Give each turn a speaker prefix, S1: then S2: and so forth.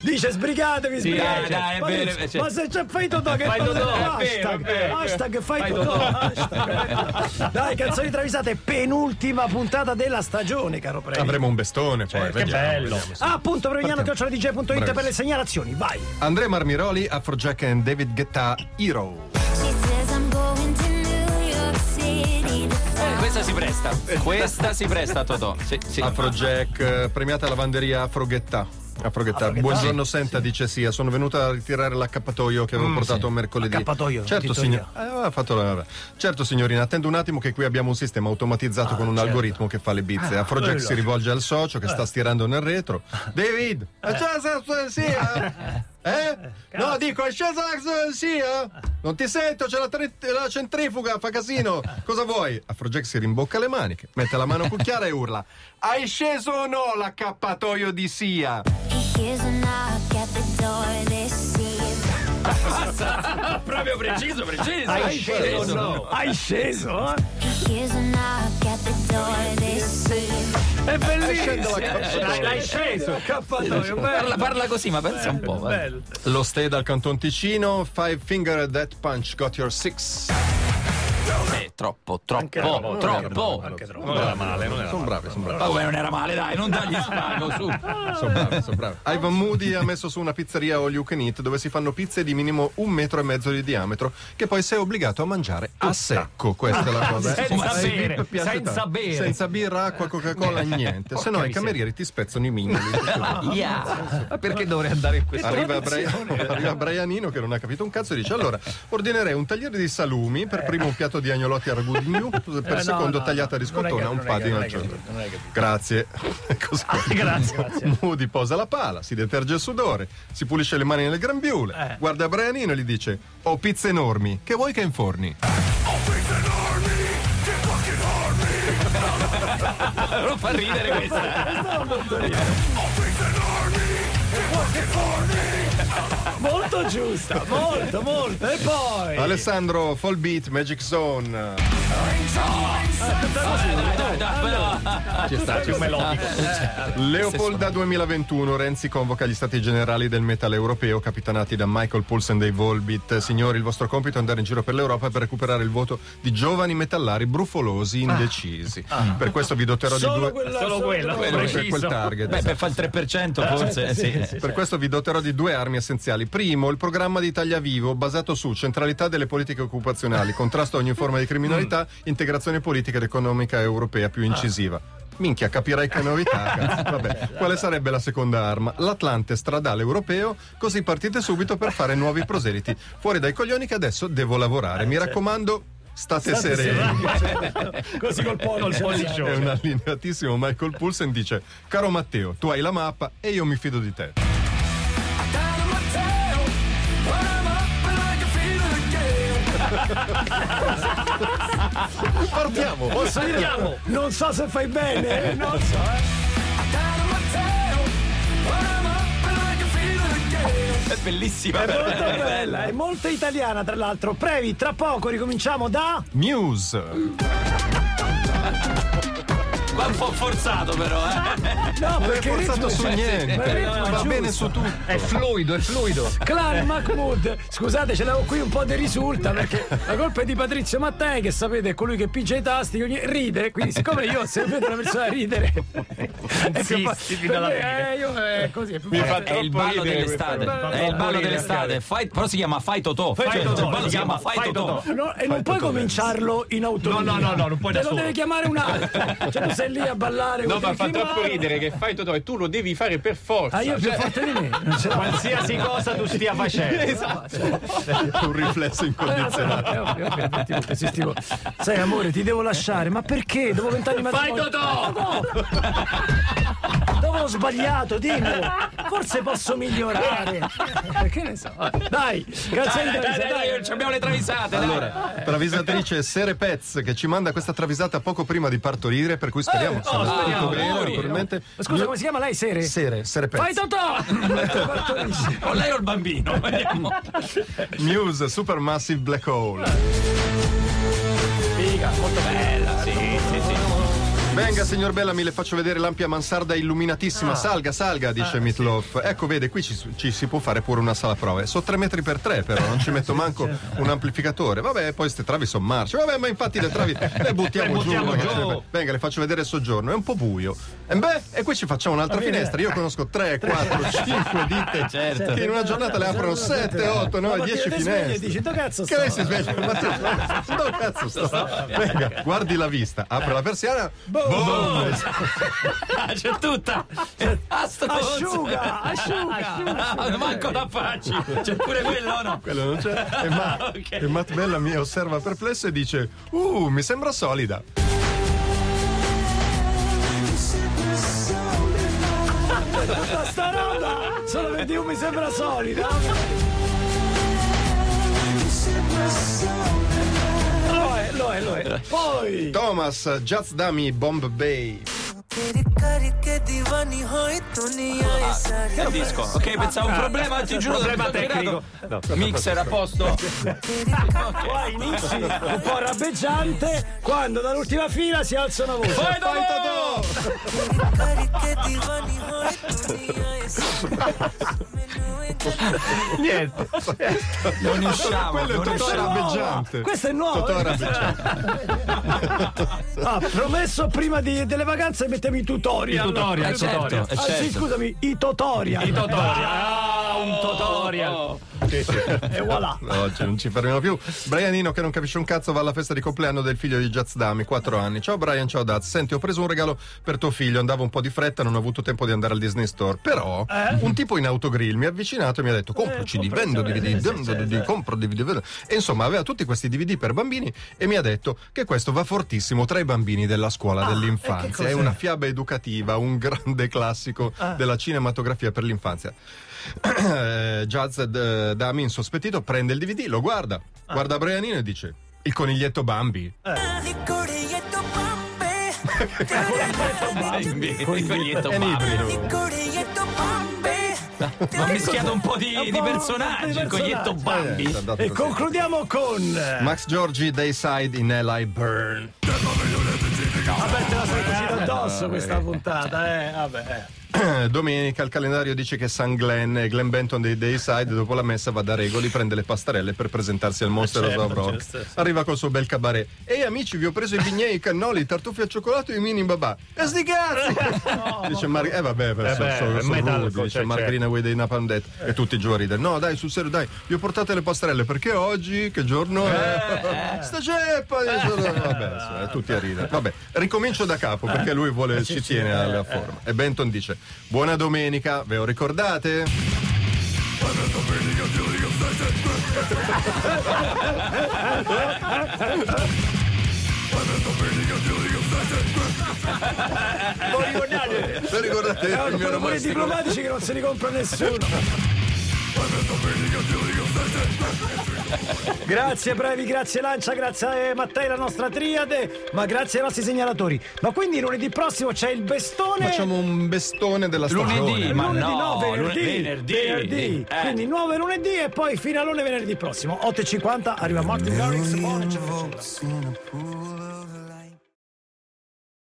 S1: Dice sbrigatevi,
S2: Sì,
S1: sbrigatevi.
S2: dai, dai, è
S1: ma,
S2: vero,
S1: dice,
S2: cioè-
S1: ma se c'è fai Totò che
S2: Fai Totò, è vero, è
S1: hashtag,
S2: vero.
S1: hashtag fai,
S2: Fai
S1: Totò.
S2: Totò.
S1: hashtag. dai, canzoni travisate, penultima puntata della stagione, caro Premio.
S3: Avremo un bestone poi,
S4: Che
S3: vediamo,
S4: bello.
S3: vediamo.
S1: Ah, appunto, prevignano.dj.it per le
S3: Bravissimo.
S1: segnalazioni, vai.
S3: Andrea Marmiroli, Afrojack and David Guetta, Hero.
S5: She says I'm going to New York City to
S2: Eh,
S5: fly.
S2: Questa si presta, questa si presta, Totò. Sì, sì.
S3: Afrojack, eh, premiata lavanderia Afroghetta. Afroghetta, buongiorno Senta, dice Sia. Sono venuta a ritirare l'accappatoio che
S4: Mm,
S3: avevo portato mercoledì.
S1: Accappatoio,
S3: certo,
S1: detto
S3: signor- eh, ha fatto la- certo, signorina, attendo un attimo che qui abbiamo un sistema
S4: Ah,
S3: automatizzato con un
S4: certo.
S3: algoritmo che fa le bizze. Afrojack si rivolge al socio che sta stirando nel retro. David, è sceso la Sia? Eh? No, dico, è sceso la Sia? Non ti sento, c'è la, tre- la centrifuga, fa casino. Cosa vuoi? Afrojack si rimbocca le maniche, mette la mano a cucchiara e urla. Hai sceso o no l'accappatoio di Sia?
S5: He hears a knock at the door. They see him.
S2: Proprio preciso, preciso.
S1: Hai sceso, hai sceso, eh?
S5: He hears a knock at the door. They see him.
S1: È
S3: sceso
S1: bellissimo.
S3: l'accappatoio.
S1: L'hai- L'hai sceso, accappatoio, bello.
S2: Parla, parla così, ma pensa un po'. eh. va.
S1: bello.
S3: Lo stay dal Canton Ticino, Five Finger That Punch Got Your Six.
S2: Eh, troppo, troppo,
S1: troppo,
S2: troppo.
S1: Anche troppo.
S4: Boh, Non era male, non era
S3: Sono bravi, sono bravi.
S2: Ma come non era male, dai, non dagli spago, su.
S3: Sono bravi, sono bravi. Ivan Moody ha messo su una pizzeria all you can eat dove si fanno pizze di minimo un metro e mezzo di diametro che poi sei obbligato a mangiare a secco. Questa è la cosa. eh.
S2: Senza
S3: Ai
S2: bere,
S3: VIP piace
S4: senza
S3: tanto.
S4: bere.
S3: Senza birra, acqua,
S1: Eh.
S3: Coca-Cola, niente. Se no i camerieri ti spezzano i mignoli.
S2: Yeah.
S4: Ma perché dovrei andare in questo
S3: Arriva, Bra- arriva Brianino che non ha capito un cazzo e dice allora ordinerei un tagliere di salumi per primo un piatto di agnolotti a ragù di gnu per
S1: Eh. no,
S3: secondo
S1: no,
S3: tagliata di
S1: non è
S3: scottona
S1: che-
S3: un
S1: non è
S3: pa'
S1: che-
S3: di
S1: non è
S3: nocciolo.
S1: che- non è che-
S3: grazie Così.
S1: Ah, Grazie, grazie.
S3: Moody posa la pala si deterge il sudore si pulisce le mani nelle
S1: Eh.
S3: grambiule guarda Brianino e gli dice ho pizze enormi che vuoi che inforni
S2: Non fa ridere questa.
S1: Molto giusta, molto, molto. E poi.
S3: Alessandro Fall Beat Magic Zone
S4: Ci sta, c'è un melodico.
S3: Leopolda 2021, Renzi convoca gli stati generali del metal europeo, capitanati da Michael Poulsen dei Volbit. Signori, il vostro compito è andare in giro per l'Europa per recuperare il voto di giovani metallari brufolosi indecisi. Per questo vi doterò di
S1: Ah. Solo
S3: due.
S1: quella,
S4: Solo quello.
S3: per
S4: preciso.
S3: quel target.
S2: Beh, Eh, per fare il 3% forse. Eh, sì.
S3: Per questo vi doterò di due armi essenziali. Primo, il programma di Italia Vivo basato su centralità delle politiche occupazionali, contrasto a ogni forma di criminalità, integrazione politica ed economica europea più incisiva. Minchia, capirai che novità. cazzo. Vabbè, quale sarebbe la seconda arma? L'Atlante stradale europeo, così partite subito per fare nuovi proseliti. Fuori dai coglioni che adesso devo lavorare. Mi raccomando, Eh, certo. state, sereni.
S1: Così col pollo al
S3: È un allineatissimo Michael Poulsen dice Caro Matteo, tu hai la mappa e io mi fido di te. Partiamo!
S1: Non so se fai bene, eh, non so.
S2: È bellissima.
S1: È molto bella, è molto italiana tra l'altro. Previ, tra poco ricominciamo da.
S3: News!
S2: eh. Qua un po' forzato però, eh.
S1: No,
S3: Non è
S1: perché
S3: forzato su
S1: ritmo- Ma il
S3: niente,
S1: ritmo è
S3: va
S1: giusto.
S3: bene su tutto.
S4: È fluido, è fluido.
S1: Clan Mahmood, scusate, ce l'avevo qui un po' di risulta perché la colpa è di Patrizio Mattei, che sapete è colui che pigia i tasti, ogni- ride. Quindi, siccome io se vedo una persona ridere, è più fa-
S4: Insisti
S1: per
S4: dalla
S1: me-
S4: fine.
S1: eh, io, eh, così è più
S3: Mi fa
S1: facile.
S2: È il ballo dell'estate. È il ballo dell'estate. Fight- però si chiama Fai Totò. Cioè,
S4: Totò,
S2: il ballo
S4: si
S2: si chiama
S4: chiama
S2: Fai
S4: Fai
S2: Totò.
S1: No, e non puoi cominciarlo in autonomia.
S4: No, no, no, no, non puoi
S1: Te
S4: da
S1: lo
S4: solo.
S1: deve chiamare un altro. Cioè, tu sei lì a ballare.
S6: No,
S1: con
S6: ma
S1: il
S6: fa troppo
S1: filmato.
S6: ridere che fai Totò e tu lo devi fare per forza. cioè.
S1: Ah, io più forte di me. Non ce la Cioè,
S4: Qualsiasi cosa tu stia facendo.
S6: Esatto.
S3: Un riflesso incondizionato.
S1: Eh, ovvio, ovvio, obiettivo, obiettivo. Sai, amore, ti devo lasciare, ma perché? Dopo vent'anni di
S2: Fai
S1: matrimonio-
S2: Totò!
S1: Dove ho sbagliato, dimmi. Forse posso migliorare. Che ne so. Dai, canzoni
S2: Dai,
S1: da
S2: dai, dai, ci abbiamo le travisate. dai.
S3: Allora, travisatrice Sere Pez che ci manda questa travisata poco prima di partorire, per cui Eh, oh, speriamo sia tutto bene. Naturalmente.
S1: Ma scusa, come si chiama lei, Sere?
S3: Sere, Sere Pez.
S1: Fai Totò! Partorisci.
S2: O lei o il bambino? Vediamo.
S3: News Supermassive Black Hole.
S2: Bella, sì, sì, sì.
S3: Venga, signor Bellamy, le faccio vedere l'ampia mansarda illuminatissima. Salga, salga, dice Mitloff. Ecco, vede, qui ci, ci si può fare pure una sala prove. So 3 metri per 3, però non ci metto manco un amplificatore. Vabbè, poi ste travi sono marce. Vabbè, ma infatti le travi le buttiamo,
S4: buttiamo
S3: giù.
S4: giù.
S3: Cioè, Venga, le faccio vedere il soggiorno. È un po' buio. E beh, e qui ci facciamo un'altra finestra. Io conosco 3, 4, 5 ditte
S2: Certo.
S3: che in una giornata le aprono 7, 8, 9, 10
S1: finestre. E
S3: finestre.
S1: dici, "Do cazzo
S3: Che
S1: sto?"
S3: lei si sveglia al mattino? No, cazzo sto. Venga, Boh. guardi la vista, apre la persiana. Boom!
S2: C'è tutta. Ah, stronzo.
S1: Asciuga, asciuga.
S2: Ah, Manco la facci. C'è pure quello, o no?
S3: Quello non c'è. E, Ma-
S2: Ok.
S3: e Matt Bella mi osserva perplesso e dice: Uh, mi sembra solida.
S1: Tutta sta roba. Solo per Dio mi sembra solida. Lo è, lo è, lo è. Poi.
S3: Thomas, Jazz Dummy, Bomb Bay.
S7: तेरी करके दीवानी होई दुनिया ये सारी
S2: Che disco? Ok, pensavo un problema, ti giuro.
S4: Problema
S2: sono
S4: tecnico.
S2: creato. Mixer a posto.
S1: Qua inizi un po' rabbeggiante quando dall'ultima fila si alza una voce.
S2: Poi dopo.
S7: करके दीवानी होई दुनिया ये सारी मैनू इतना
S4: Niente.
S2: Non usciamo,
S3: Quello è
S2: Ah, non
S3: Totò
S2: usciamo.
S3: rabbeggiante.
S1: Questo è nuovo.
S3: Totò rabbeggiante.
S1: Ah, promesso prima di- delle vacanze mettevi i tutorial.
S4: I tutorial,
S2: Eh, certo,
S4: tutorial.
S2: eh,
S1: Anzi,
S2: certo.
S1: scusami, i tutorial.
S4: I tutorial. Ah, un tutorial.
S1: e voilà.
S3: Oggi non ci fermiamo più. Brianino, che non capisce un cazzo, va alla festa di compleanno del figlio di Jazz Dami, 4 anni. Ciao Brian, ciao Daz. Senti, ho preso un regalo per tuo figlio. Andavo un po' di fretta, non ho avuto tempo di andare al Disney Store. Però, un tipo in autogrill mi ha avvicinato e mi ha detto: Compro CD, vendo DVD, vendo DVD, compro DVD, vendo. E insomma, aveva tutti questi DVD per bambini e mi ha detto che questo va fortissimo tra i bambini della scuola dell'infanzia. È una fiaba educativa, un grande classico
S1: Ah.
S3: della cinematografia per l'infanzia. Eh, Jazz eh, Dami insospettito prende il DVD, lo guarda,
S1: Ah.
S3: guarda Brianino e dice il coniglietto Bambi.
S7: निकोड़े ये तो Bombay
S2: Con il biglietto Bambi.
S7: निकोड़े ये तो Bombay
S2: Ma mischiato un po' di,
S1: un
S2: di
S1: po' di
S2: personaggi, il coniglietto
S1: personaggi.
S2: Bambi.
S3: È andato
S1: E
S3: così.
S1: concludiamo con. eh,
S3: Max Giorgi, Dayside in Eli Burn.
S1: Vabbè, te la sei così addosso questa puntata, eh. Vabbè. eh.
S3: Domenica il calendario dice che San Glenn e Glenn Benton dei Dayside dopo la messa va da Regoli, prende le pastarelle per presentarsi al Monster
S4: Eh, certo,
S3: of Rock. Arriva col suo bel cabaret. Ehi amici, vi ho preso i vignè, i cannoli, i tartufi al cioccolato e i mini babà. E sti cazzi! dice Mar- eh vabbè, beh, sono-
S4: beh,
S3: sono-
S4: è
S3: sono
S4: metallico,
S3: rudi, dice
S4: cioè,
S3: Mark
S4: certo.
S3: Greenaway dei Napalm Death. E tutti giù a ridere. No dai, sul serio dai, vi ho portate le pastarelle perché oggi, che giorno è? Sta ceppa! dice- cioè, Vabbè, insomma, eh, tutti a ridere. Vabbè, ricomincio da capo perché lui vuole, ci tiene alla forma. E Benton dice, buona domenica, ve lo ricordate? Ve lo ricordate il mio
S1: Sono
S3: nome?
S1: quelli diplomatici che non se li compra nessuno. Grazie Brevi, grazie Lancia, grazie eh, Mattei, la nostra triade, ma grazie ai nostri segnalatori. Ma quindi lunedì prossimo c'è il bestone.
S3: Facciamo un bestone della stagione.
S2: Lunedì, ma
S1: Lunedì
S2: no,
S1: no, venerdì,
S2: lune- venerdì,
S1: venerdì.
S2: eh.
S1: quindi nuovo lunedì e poi finalone venerdì prossimo 8.50 arriva Martin Garrix Bono, eccetera, eccetera.
S7: in a pool